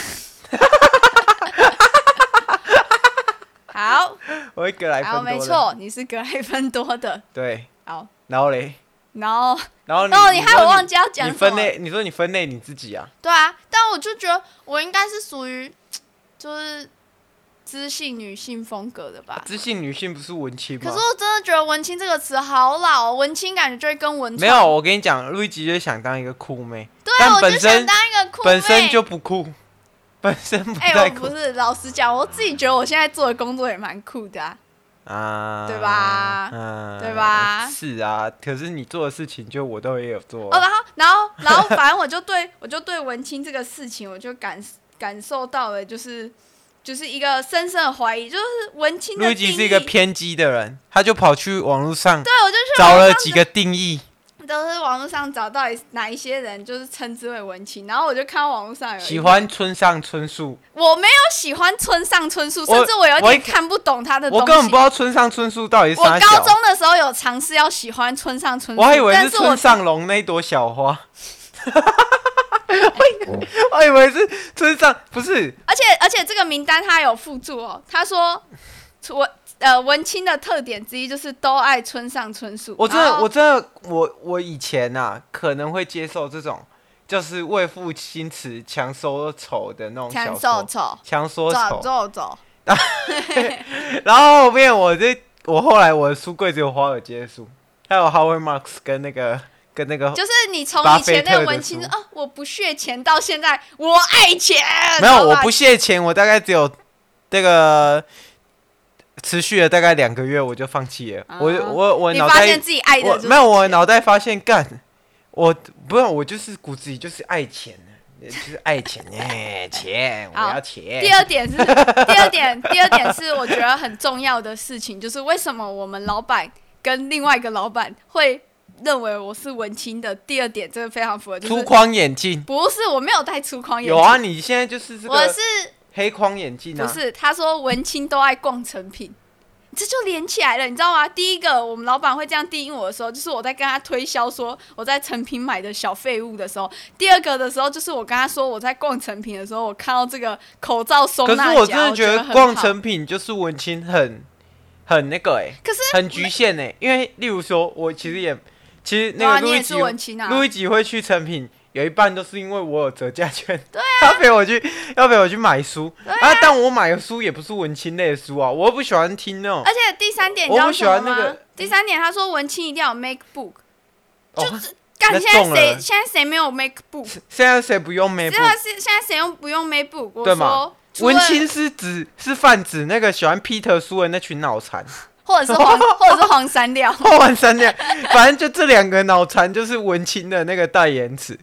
[SPEAKER 2] 好，
[SPEAKER 1] 我是格莱芬
[SPEAKER 2] 好，
[SPEAKER 1] 多的，
[SPEAKER 2] 哦没，错，你是格莱芬多的。
[SPEAKER 1] 对，
[SPEAKER 2] 好，
[SPEAKER 1] 然后嘞，
[SPEAKER 2] 然后
[SPEAKER 1] 然后你
[SPEAKER 2] 哦，你害
[SPEAKER 1] 说
[SPEAKER 2] 我忘记要讲
[SPEAKER 1] 你
[SPEAKER 2] 什
[SPEAKER 1] 分
[SPEAKER 2] 么了
[SPEAKER 1] 类，你说你分类你自己啊？
[SPEAKER 2] 对啊，但我就觉得我应该是属于就是知性女性风格的吧。
[SPEAKER 1] 知性女性不是文青
[SPEAKER 2] 可
[SPEAKER 1] 吗
[SPEAKER 2] 是？我真的觉得“文青”这个词好老、哦，文青感觉就会跟文
[SPEAKER 1] 没
[SPEAKER 2] 创
[SPEAKER 1] 有，我跟你讲，路易吉就是想当一个酷妹，
[SPEAKER 2] 对
[SPEAKER 1] 但
[SPEAKER 2] 啊，我就
[SPEAKER 1] 本身
[SPEAKER 2] 想当一个酷妹。
[SPEAKER 1] 本身就不酷， 本身不
[SPEAKER 2] 哎、
[SPEAKER 1] 太
[SPEAKER 2] 我
[SPEAKER 1] 酷、
[SPEAKER 2] 不是老实讲，我自己觉得我现在做的工作也蛮酷的啊。
[SPEAKER 1] 啊，
[SPEAKER 2] 对吧
[SPEAKER 1] 嗯，
[SPEAKER 2] 对吧
[SPEAKER 1] 是啊，可是你做的事情就我都也有做
[SPEAKER 2] 哦，，然后，然后，然后，反正我就对 我就对文青这个事情，我就感感受到了，就是就是一个深深的怀疑，就是文青
[SPEAKER 1] 路
[SPEAKER 2] 的
[SPEAKER 1] 易
[SPEAKER 2] 定
[SPEAKER 1] 吉
[SPEAKER 2] 义。
[SPEAKER 1] 是一个偏激的人，他就跑去网络上
[SPEAKER 2] 对，我就去
[SPEAKER 1] 找
[SPEAKER 2] 网
[SPEAKER 1] 了
[SPEAKER 2] 上
[SPEAKER 1] 几个定义，
[SPEAKER 2] 都是网络上找到底哪一些人就是称之为文青，然后我就看到网络上有一个
[SPEAKER 1] 喜，欢村上春树，
[SPEAKER 2] 我没有喜欢村上春树，
[SPEAKER 1] 我
[SPEAKER 2] 甚至我有
[SPEAKER 1] 我一
[SPEAKER 2] 点看不懂他的东
[SPEAKER 1] 我
[SPEAKER 2] 西。
[SPEAKER 1] 根本不知道村上春树到底是
[SPEAKER 2] 我
[SPEAKER 1] 啥小。
[SPEAKER 2] 高中的时候有尝试要喜欢村上春树，
[SPEAKER 1] 我还以为
[SPEAKER 2] 但
[SPEAKER 1] 是
[SPEAKER 2] 是我
[SPEAKER 1] 村上龙那一朵小花， 我以为是村上，不是
[SPEAKER 2] 而且而且这个名单他有附注哦，他说文呃文青的特点之一就是都爱村上春树。
[SPEAKER 1] 我真的
[SPEAKER 2] 然，后
[SPEAKER 1] 我真的，我我以前啊可能会接受这种，就是为赋新词强说愁的那种小说
[SPEAKER 2] 抢手，走
[SPEAKER 1] 强说
[SPEAKER 2] 走
[SPEAKER 1] 愁。
[SPEAKER 2] 走走，
[SPEAKER 1] 然后后面我这，我后来我的书柜只有华尔街的书，还有 Howard Marks 跟那个跟那个，
[SPEAKER 2] 就是你从
[SPEAKER 1] 巴
[SPEAKER 2] 以
[SPEAKER 1] 菲
[SPEAKER 2] 前
[SPEAKER 1] 特
[SPEAKER 2] 那
[SPEAKER 1] 的
[SPEAKER 2] 个文青
[SPEAKER 1] 书
[SPEAKER 2] 哦，我不屑钱，到现在我爱钱。
[SPEAKER 1] 没有，
[SPEAKER 2] 然后
[SPEAKER 1] 我
[SPEAKER 2] 把
[SPEAKER 1] 不屑钱，我大概只有这个。持续了大概两个月，我就放弃了。我
[SPEAKER 2] 啊
[SPEAKER 1] 我我
[SPEAKER 2] 你
[SPEAKER 1] 脑
[SPEAKER 2] 发
[SPEAKER 1] 袋
[SPEAKER 2] 现自己爱的
[SPEAKER 1] 我
[SPEAKER 2] 就是
[SPEAKER 1] 没有，我脑袋发现干，我不是我就是骨子里就是爱钱的，就是爱钱 哎、钱我
[SPEAKER 2] 好
[SPEAKER 1] 要钱。
[SPEAKER 2] 第二点是第二点，第二点是我觉得很重要的事情，就是为什么我们老板跟另外一个老板会认为我是文青的。第二点，这个非常符合，就
[SPEAKER 1] 粗
[SPEAKER 2] 是
[SPEAKER 1] 框眼镜
[SPEAKER 2] 不是我没有戴粗框眼镜，
[SPEAKER 1] 有啊，你现在就是这
[SPEAKER 2] 我
[SPEAKER 1] 个
[SPEAKER 2] 是
[SPEAKER 1] 黑框眼镜
[SPEAKER 2] 不
[SPEAKER 1] 啊，
[SPEAKER 2] 是？他说文青都爱逛成品。这就连起来了，你知道吗？第一个，我们老板会这样定义我的时候，就是我在跟他推销说我在成品买的小废物的时候；第二个的时候，就是我跟他说我在逛成品的时候，我看到这个口罩收
[SPEAKER 1] 可
[SPEAKER 2] 纳
[SPEAKER 1] 是
[SPEAKER 2] 夹，
[SPEAKER 1] 我真的
[SPEAKER 2] 觉
[SPEAKER 1] 得
[SPEAKER 2] 很
[SPEAKER 1] 逛
[SPEAKER 2] 好
[SPEAKER 1] 成品就是文青很很那个哎、
[SPEAKER 2] 可是
[SPEAKER 1] 很局限哎、因为例如说，我其实也其实
[SPEAKER 2] 对
[SPEAKER 1] 那
[SPEAKER 2] 啊
[SPEAKER 1] 个
[SPEAKER 2] 你
[SPEAKER 1] 路易
[SPEAKER 2] 也
[SPEAKER 1] 吉
[SPEAKER 2] 是文青啊
[SPEAKER 1] 路易吉会去成品，有一半都是因为我有折价券，对啊， 要陪我去要陪我去买书啊但我买的书也不是文青类的书啊，我又不喜欢听那种
[SPEAKER 2] 而且第三点你
[SPEAKER 1] 我
[SPEAKER 2] 知道
[SPEAKER 1] 不喜
[SPEAKER 2] 什么
[SPEAKER 1] 欢那
[SPEAKER 2] 吗？
[SPEAKER 1] 个
[SPEAKER 2] 第三点他说文青一定要有 MacBook，
[SPEAKER 1] 哦，那
[SPEAKER 2] 干现在
[SPEAKER 1] 中
[SPEAKER 2] 谁
[SPEAKER 1] 了
[SPEAKER 2] 现在谁没有 MacBook？
[SPEAKER 1] 现在谁不用
[SPEAKER 2] 这个
[SPEAKER 1] MacBook？
[SPEAKER 2] 是现在谁用不用 MacBook？我
[SPEAKER 1] 对嘛
[SPEAKER 2] 说除了
[SPEAKER 1] 文青是指是泛指那个喜欢 Peter 书的那群脑残， 哦
[SPEAKER 2] 或者是黄或者是黄山料，
[SPEAKER 1] 后完三两，反正就这两个脑残就是文青的那个代言词。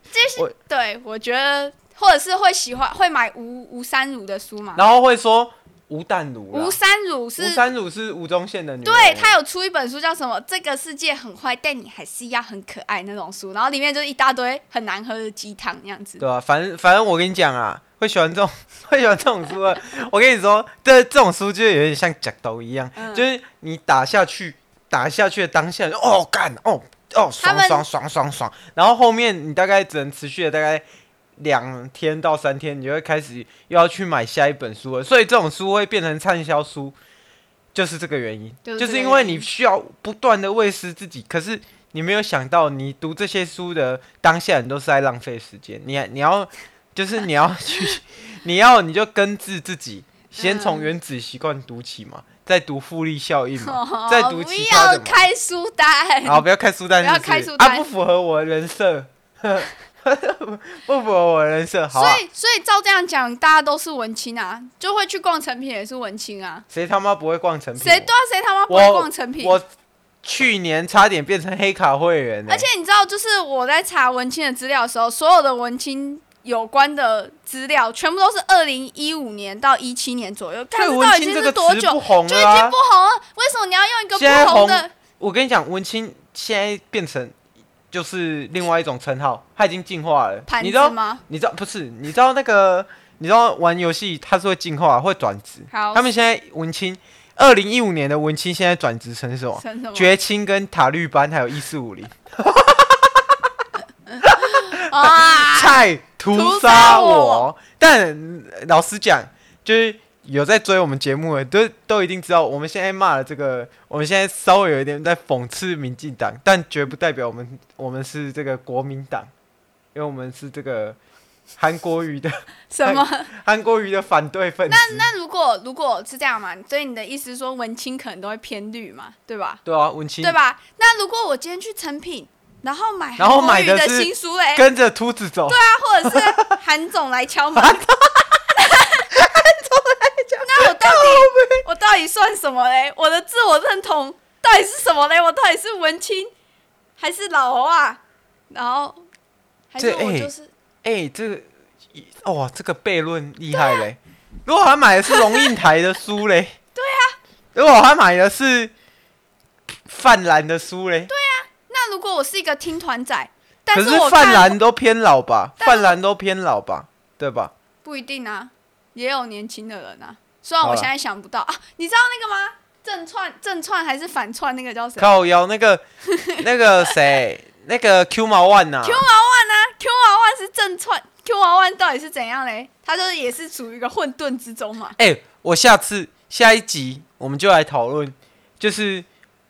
[SPEAKER 2] 对我觉得或者是会喜欢会买吴吴三如的书嘛？
[SPEAKER 1] 然后会说吴淡如啦，
[SPEAKER 2] 吴三如
[SPEAKER 1] 吴
[SPEAKER 2] 是。
[SPEAKER 1] 三如是吴宗宪的女儿，
[SPEAKER 2] 对他有出一本书叫什么？这个世界很坏，但你还是一样很可爱那种书，然后里面就是一大堆很难喝的鸡汤那样子。
[SPEAKER 1] 对吧、啊反正反正我跟你讲啊，会喜欢这种 会喜欢这种书的，我跟你说，这这种书就有点像假斗一样，
[SPEAKER 2] 嗯
[SPEAKER 1] 就是你打下去，打下去的当下，哦干哦哦
[SPEAKER 2] 他
[SPEAKER 1] 爽
[SPEAKER 2] 们
[SPEAKER 1] 爽爽爽爽，然后后面你大概只能持续了大概。两天到三天，你就会开始又要去买下一本书了，所以这种书会变成畅销书，就是这个原因，
[SPEAKER 2] 就是
[SPEAKER 1] 就
[SPEAKER 2] 这
[SPEAKER 1] 是
[SPEAKER 2] 个
[SPEAKER 1] 因为
[SPEAKER 2] 原因
[SPEAKER 1] 你需要不断的喂食自己，可是你没有想到，你读这些书的当下，你都是在浪费时间。你你要就是你要去， 你要你就根治自己，先从
[SPEAKER 2] 嗯
[SPEAKER 1] 《原子习惯》读起嘛，再读复利效应嘛，
[SPEAKER 2] 哦
[SPEAKER 1] 再读
[SPEAKER 2] 不
[SPEAKER 1] 其他
[SPEAKER 2] 要
[SPEAKER 1] 的嘛。
[SPEAKER 2] 开书单，
[SPEAKER 1] 好，不要开书单
[SPEAKER 2] 不要
[SPEAKER 1] 是是
[SPEAKER 2] 开书
[SPEAKER 1] 啊，
[SPEAKER 2] 单
[SPEAKER 1] 不符合我的人设， 不符合我的人设。好、啊
[SPEAKER 2] 所，以，所以照这样讲，大家都是文青啊，就会去逛成品也是文青啊。
[SPEAKER 1] 谁他妈不会逛成品？
[SPEAKER 2] 谁对啊，谁他妈不会
[SPEAKER 1] 我
[SPEAKER 2] 逛成品？
[SPEAKER 1] 我去年差点变成黑卡会员欸呢、
[SPEAKER 2] 而且你知道，就是我在查文青的资料的时候，所有的文青有关的资料，全部都是二零一五年到一七年左右。
[SPEAKER 1] 对
[SPEAKER 2] 看这
[SPEAKER 1] 文
[SPEAKER 2] 到底
[SPEAKER 1] 青
[SPEAKER 2] 已
[SPEAKER 1] 这
[SPEAKER 2] 经
[SPEAKER 1] 个
[SPEAKER 2] 是多
[SPEAKER 1] 词
[SPEAKER 2] 久？
[SPEAKER 1] 不红
[SPEAKER 2] 就
[SPEAKER 1] 了
[SPEAKER 2] 已经
[SPEAKER 1] 啊
[SPEAKER 2] 不！红了，为什么你要用一个
[SPEAKER 1] 现在
[SPEAKER 2] 不红的？
[SPEAKER 1] 我跟你讲，文青现在变成就是另外一种称号，他已经进化了。
[SPEAKER 2] 盘
[SPEAKER 1] 你知
[SPEAKER 2] 子
[SPEAKER 1] 道？
[SPEAKER 2] 吗？
[SPEAKER 1] 你知道不是？你知道那个？你知道玩游戏它是会进化，会转职。
[SPEAKER 2] 好，
[SPEAKER 1] 他们现在文青，二零一五年的文青现在转职成什么？
[SPEAKER 2] 成什么？
[SPEAKER 1] 绝青跟塔绿班还有一四五零
[SPEAKER 2] 啊！
[SPEAKER 1] 菜屠
[SPEAKER 2] 屠
[SPEAKER 1] 杀
[SPEAKER 2] 杀
[SPEAKER 1] 我
[SPEAKER 2] 我。
[SPEAKER 1] 但呃老实讲，就是有在追我们节目的，都都一定知道，我们现在骂了这个，我们现在稍微有一点在讽刺民进党，但绝不代表我们我们是这个国民党，因为我们是这个韩国瑜的
[SPEAKER 2] 什么？
[SPEAKER 1] 韩国瑜的反对分子。
[SPEAKER 2] 那如果如果是这样嘛，所以你的意思是说文青可能都会偏绿嘛，对吧？
[SPEAKER 1] 对啊，文青
[SPEAKER 2] 对吧？那如果我今天去成品，然后买
[SPEAKER 1] 然后买
[SPEAKER 2] 韩国瑜
[SPEAKER 1] 的
[SPEAKER 2] 的
[SPEAKER 1] 是
[SPEAKER 2] 新书哎、
[SPEAKER 1] 跟着秃子走，
[SPEAKER 2] 对啊，或者是韩总来敲门。 那我到底我到底算什么嘞？我的自我认同到底是什么嘞？我到底是文青还是老欧啊？然后还是
[SPEAKER 1] 这
[SPEAKER 2] 我
[SPEAKER 1] 哎
[SPEAKER 2] 就是、
[SPEAKER 1] 哎、这个哇，这个悖论厉害
[SPEAKER 2] 啊
[SPEAKER 1] 嘞！如果他买的是龙应台的书 嘞，对啊；如果他买的是泛蓝的书嘞，
[SPEAKER 2] 那如果我是一个听团仔，但
[SPEAKER 1] 可
[SPEAKER 2] 是我啊
[SPEAKER 1] 泛
[SPEAKER 2] 看
[SPEAKER 1] 蓝都偏老吧？
[SPEAKER 2] 但
[SPEAKER 1] 泛蓝都偏老吧？对吧？
[SPEAKER 2] 不一定啊，也有年轻的人啊。虽然
[SPEAKER 1] 好
[SPEAKER 2] 我
[SPEAKER 1] 啦
[SPEAKER 2] 现在想不到啊，你知道那个吗？正串正串还是反串那个叫谁
[SPEAKER 1] 靠腰那 个那个谁，那个 Q 毛万呐、
[SPEAKER 2] ？Q 毛万啊，Q 毛万是正串，Q 毛万到底是怎样嘞？他就是也是处于一个混沌之中嘛。
[SPEAKER 1] 哎、我下次下一集我们就来讨论，就是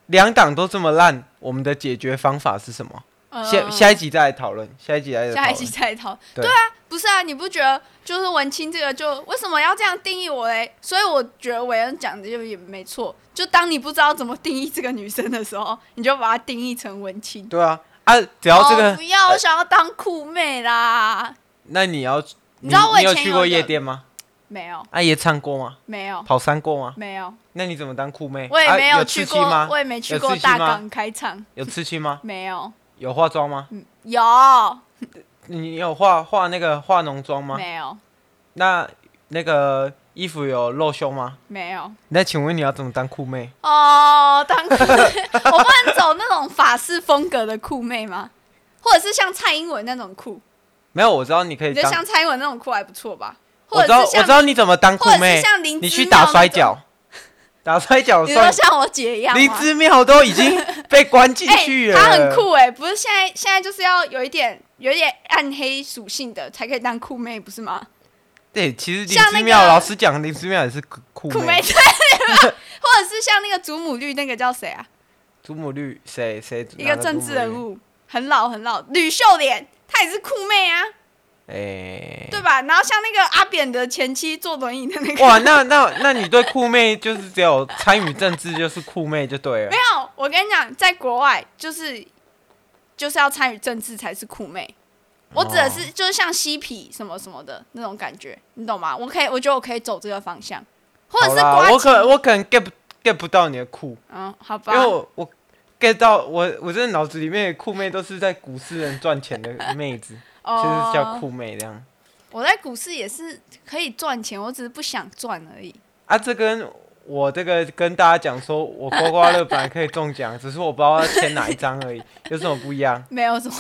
[SPEAKER 1] 两党都这么烂，我们的解决方法是什么？
[SPEAKER 2] 呃
[SPEAKER 1] 下下一集再来讨论，下一集再来讨论。
[SPEAKER 2] 下一集再讨。
[SPEAKER 1] 对
[SPEAKER 2] 对啊，不是啊，你不觉得就是文青这个就为什么要这样定义我嘞？所以我觉得韦恩讲的就也没错，就当你不知道怎么定义这个女生的时候，你就把它定义成文青。
[SPEAKER 1] 对啊，啊，只要这个，
[SPEAKER 2] 哦、不要，我想要当酷妹啦。
[SPEAKER 1] 那你要，
[SPEAKER 2] 你知道我以
[SPEAKER 1] 你有
[SPEAKER 2] 前
[SPEAKER 1] 去
[SPEAKER 2] 有
[SPEAKER 1] 过
[SPEAKER 2] 一
[SPEAKER 1] 夜
[SPEAKER 2] 个
[SPEAKER 1] 店吗？
[SPEAKER 2] 没有，
[SPEAKER 1] 啊，也唱过吗？
[SPEAKER 2] 没有，
[SPEAKER 1] 跑山过吗？
[SPEAKER 2] 没有，
[SPEAKER 1] 那你怎么当酷妹？
[SPEAKER 2] 我也
[SPEAKER 1] 哎啊
[SPEAKER 2] 没
[SPEAKER 1] 有
[SPEAKER 2] 去
[SPEAKER 1] 刺青
[SPEAKER 2] 过，
[SPEAKER 1] 吗？
[SPEAKER 2] 我也没去
[SPEAKER 1] 有
[SPEAKER 2] 过
[SPEAKER 1] 刺青
[SPEAKER 2] 大
[SPEAKER 1] 吗
[SPEAKER 2] 港开唱，
[SPEAKER 1] 有刺青吗？
[SPEAKER 2] 没有，
[SPEAKER 1] 有化妆吗？
[SPEAKER 2] 嗯，有
[SPEAKER 1] 你有化化那个化浓妆吗？
[SPEAKER 2] 没有
[SPEAKER 1] 那那个衣服有露胸吗？
[SPEAKER 2] 没有
[SPEAKER 1] 那请问你要怎么当酷妹？
[SPEAKER 2] 哦， 当我不能走那种法式风格的酷妹吗？或者是像蔡英文那种酷，
[SPEAKER 1] 没有，我知道你可以
[SPEAKER 2] 你觉得
[SPEAKER 1] 哎当，
[SPEAKER 2] 像蔡英文那种酷还不错吧？
[SPEAKER 1] 我
[SPEAKER 2] 或
[SPEAKER 1] 知
[SPEAKER 2] 者
[SPEAKER 1] 道
[SPEAKER 2] 是
[SPEAKER 1] 我知
[SPEAKER 2] 像
[SPEAKER 1] 道你怎么当酷
[SPEAKER 2] 或者是
[SPEAKER 1] 妹，
[SPEAKER 2] 像林
[SPEAKER 1] 你
[SPEAKER 2] 芝
[SPEAKER 1] 去
[SPEAKER 2] 妙
[SPEAKER 1] 打
[SPEAKER 2] 那
[SPEAKER 1] 摔
[SPEAKER 2] 种，
[SPEAKER 1] 跤，打摔跤
[SPEAKER 2] 你说
[SPEAKER 1] 算。
[SPEAKER 2] 像我姐一样
[SPEAKER 1] 林
[SPEAKER 2] 吗？
[SPEAKER 1] 芝妙都已经被关进
[SPEAKER 2] 哎，
[SPEAKER 1] 去了，
[SPEAKER 2] 他很酷哎、不是现在现在就是要有一点有一点暗黑属性的才可以当酷妹，不是吗？
[SPEAKER 1] 对，其实林
[SPEAKER 2] 像那
[SPEAKER 1] 之妙，
[SPEAKER 2] 个
[SPEAKER 1] 老实讲，林之妙也是酷酷
[SPEAKER 2] 酷妹
[SPEAKER 1] 妹。
[SPEAKER 2] 对吧？或者是像那个祖母绿，那个叫谁啊？
[SPEAKER 1] 祖母绿谁谁？
[SPEAKER 2] 一
[SPEAKER 1] 哪
[SPEAKER 2] 个政治人
[SPEAKER 1] 祖母
[SPEAKER 2] 物，很老很老，吕秀莲，她也是酷妹啊，
[SPEAKER 1] 绿。哎、
[SPEAKER 2] 对吧？然后像那个阿扁的前妻坐轮椅的那个，
[SPEAKER 1] 哇，那那那你对酷妹就是只有参与政治就是酷妹就对了
[SPEAKER 2] 没。有，我跟你讲，在国外就是就是要参与政治才是酷妹。我指的
[SPEAKER 1] 哦
[SPEAKER 2] 是就是像嬉皮什么什么的那种感觉，你懂吗？我可以，我觉得我可以走这个方向，或者
[SPEAKER 1] 好
[SPEAKER 2] 是
[SPEAKER 1] 啦
[SPEAKER 2] 刮
[SPEAKER 1] 我
[SPEAKER 2] 起
[SPEAKER 1] 可我可能 get 不 get 不到你的酷，
[SPEAKER 2] 嗯，好
[SPEAKER 1] 因
[SPEAKER 2] 吧
[SPEAKER 1] 为，我我 get 到我我真的脑子里面的酷妹都是在股市人赚钱的妹子，就是叫
[SPEAKER 2] 哦，
[SPEAKER 1] 酷妹这样。
[SPEAKER 2] 我在股市也是可以赚钱，我只是不想赚而已。
[SPEAKER 1] 啊，这跟我这个跟大家讲说，我刮刮乐本来可以中奖，只是我不知道要签哪一张而已，有什么不一样？
[SPEAKER 2] 没有什么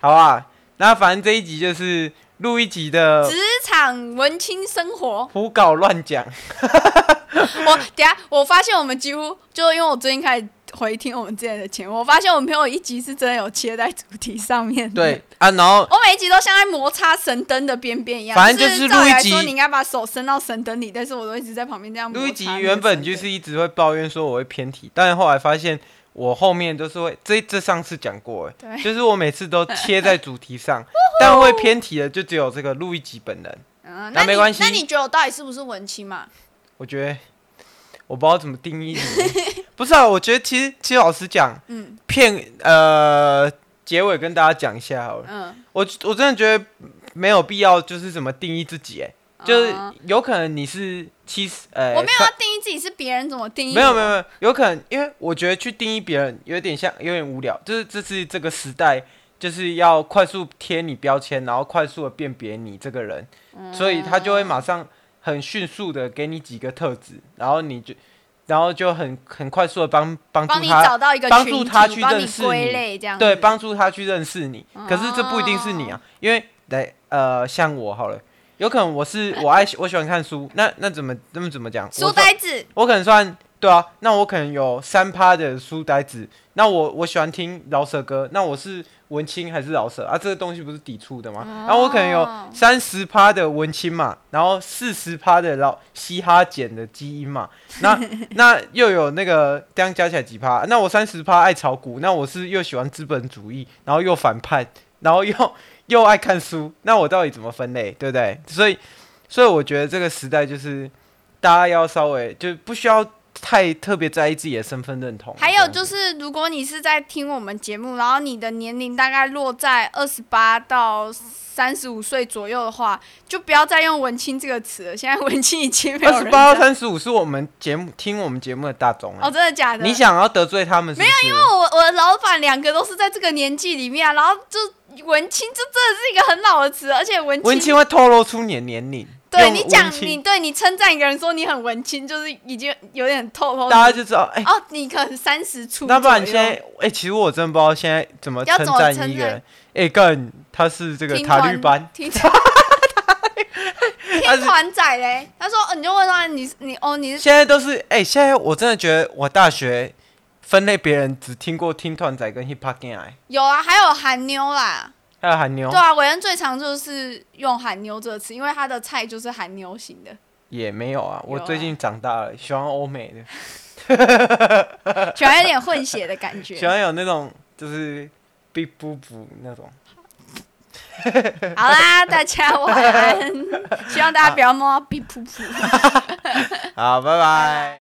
[SPEAKER 1] 好啊，那反正这一集就是录一集的
[SPEAKER 2] 职场文青生活。
[SPEAKER 1] 胡搞乱讲。
[SPEAKER 2] 我等一下我发现我们几乎就因为我最近开始回听我们之前的节目，我发现我们没有一集是真的有切在主题上面的。
[SPEAKER 1] 对啊，然后
[SPEAKER 2] 我每一集都像在摩擦神灯的边边一样，
[SPEAKER 1] 反正就是
[SPEAKER 2] 是
[SPEAKER 1] 录一集
[SPEAKER 2] 照理来说你应该把手伸到神灯里，但是我都一直在旁边这样摩擦
[SPEAKER 1] 录
[SPEAKER 2] 那
[SPEAKER 1] 一
[SPEAKER 2] 个神
[SPEAKER 1] 集
[SPEAKER 2] 灯。
[SPEAKER 1] 原本就是一直会抱怨说我会偏题，但是后来发现我后面都是会这这上次讲过了，
[SPEAKER 2] 对
[SPEAKER 1] 就是我每次都切在主题上，但会偏题的就只有这个录一集本人。
[SPEAKER 2] 嗯，
[SPEAKER 1] 那
[SPEAKER 2] 那
[SPEAKER 1] 没
[SPEAKER 2] 你
[SPEAKER 1] 关系
[SPEAKER 2] 那你觉得我到底是不是文青嘛？
[SPEAKER 1] 我觉得我不知道怎么定义 你，不是啊？我觉得其实其实老实讲，
[SPEAKER 2] 嗯
[SPEAKER 1] 片呃结尾跟大家讲一下好了，
[SPEAKER 2] 嗯，
[SPEAKER 1] 我我真的觉得没有必要就是怎么定义自己、哎，就是
[SPEAKER 2] 嗯
[SPEAKER 1] 有可能你是七十，呃，
[SPEAKER 2] 我没有啊
[SPEAKER 1] 看
[SPEAKER 2] 要定义自己是别人怎么定义我，
[SPEAKER 1] 没有没有没有，有可能因为我觉得去定义别人有点像有点无聊，就是这是这个时代，就是要快速贴你标签，然后快速的辨别你这个
[SPEAKER 2] 嗯
[SPEAKER 1] 人，所以他就会马上很迅速的给你几个特质，然后你就然后就很很快速的帮帮助
[SPEAKER 2] 帮你
[SPEAKER 1] 他，
[SPEAKER 2] 找到一个
[SPEAKER 1] 帮
[SPEAKER 2] 群
[SPEAKER 1] 助
[SPEAKER 2] 体
[SPEAKER 1] 他去
[SPEAKER 2] 帮
[SPEAKER 1] 认
[SPEAKER 2] 你哦
[SPEAKER 1] 识
[SPEAKER 2] 归
[SPEAKER 1] 你
[SPEAKER 2] 类这样子，
[SPEAKER 1] 对，帮助他去认识你。可是这不一定是你啊，因为来呃，像我好了，有可能我 是我爱我喜欢看书，那那怎么那么怎么讲？
[SPEAKER 2] 书
[SPEAKER 1] 我算
[SPEAKER 2] 呆子，
[SPEAKER 1] 我可能算对啊，那我可能有三趴的书呆子，那我我喜欢听饶舌歌，那我是文青还是饶舌啊？这个东西不是抵触的吗？然后我可能有
[SPEAKER 2] 哦
[SPEAKER 1] 三十趴的文青嘛，然后四十趴的老嘻哈碱的基因嘛，那那又有那个这样加起来几趴？那我三十趴爱炒股，那我是又喜欢资本主义，然后又反叛，然后又又爱看书，那我到底怎么分类，对不对？所以所以我觉得这个时代就是大家要稍微就不需要太特别在意自己的身份认同，
[SPEAKER 2] 还有就是是，如果你是在听我们节目，然后你的年龄大概落在二十八到三十五岁左右的话，就不要再用“文青”这个词了。现在文青已经没有
[SPEAKER 1] 二
[SPEAKER 2] 人
[SPEAKER 1] 十八到
[SPEAKER 2] 在
[SPEAKER 1] 三十五是我们节目听我们节目的大众、欸
[SPEAKER 2] 哦，真的假的？
[SPEAKER 1] 你想要得罪他们是不是？没有，因为
[SPEAKER 2] 我我的老板两个都是在这个年纪里面啊，然后就文青，这真的是一个很老的词，而且文青，
[SPEAKER 1] 文青会透露出你的年龄，
[SPEAKER 2] 对
[SPEAKER 1] 用
[SPEAKER 2] 你讲
[SPEAKER 1] 文青
[SPEAKER 2] 你对你称赞一个人说你很文青，就是已经有点透露。
[SPEAKER 1] 大家就知道，哎、
[SPEAKER 2] 哦，你可能三十出，
[SPEAKER 1] 那不然现在，哎、其实我真不知道现在怎么
[SPEAKER 2] 要
[SPEAKER 1] 称
[SPEAKER 2] 怎么
[SPEAKER 1] 赞
[SPEAKER 2] 称
[SPEAKER 1] 一个
[SPEAKER 2] 赞
[SPEAKER 1] 人。哎、干，他是这个
[SPEAKER 2] 听
[SPEAKER 1] 塔绿
[SPEAKER 2] 团
[SPEAKER 1] 班，
[SPEAKER 2] 听团 听团仔嘞。他说，哦，你就问他你你哦你是
[SPEAKER 1] 现在都是哎、欸现在我真的觉得我大学分类别人只听过听团仔跟 hip hop gang，欸
[SPEAKER 2] 有啊，还有韩妞啦，
[SPEAKER 1] 还有韩妞
[SPEAKER 2] 对啊，韦恩最常就是用韩妞这个词，因为他的菜就是韩妞型 的，
[SPEAKER 1] 也没有啊。我
[SPEAKER 2] 有啊
[SPEAKER 1] 最近长大了，喜欢欧美的，
[SPEAKER 2] 喜欢有点混血的感觉
[SPEAKER 1] 喜。欢有那种就是。b i 布布那种，
[SPEAKER 2] 好啦，大家晚 安，希望大家不要梦到比噗噗。
[SPEAKER 1] 好，拜拜。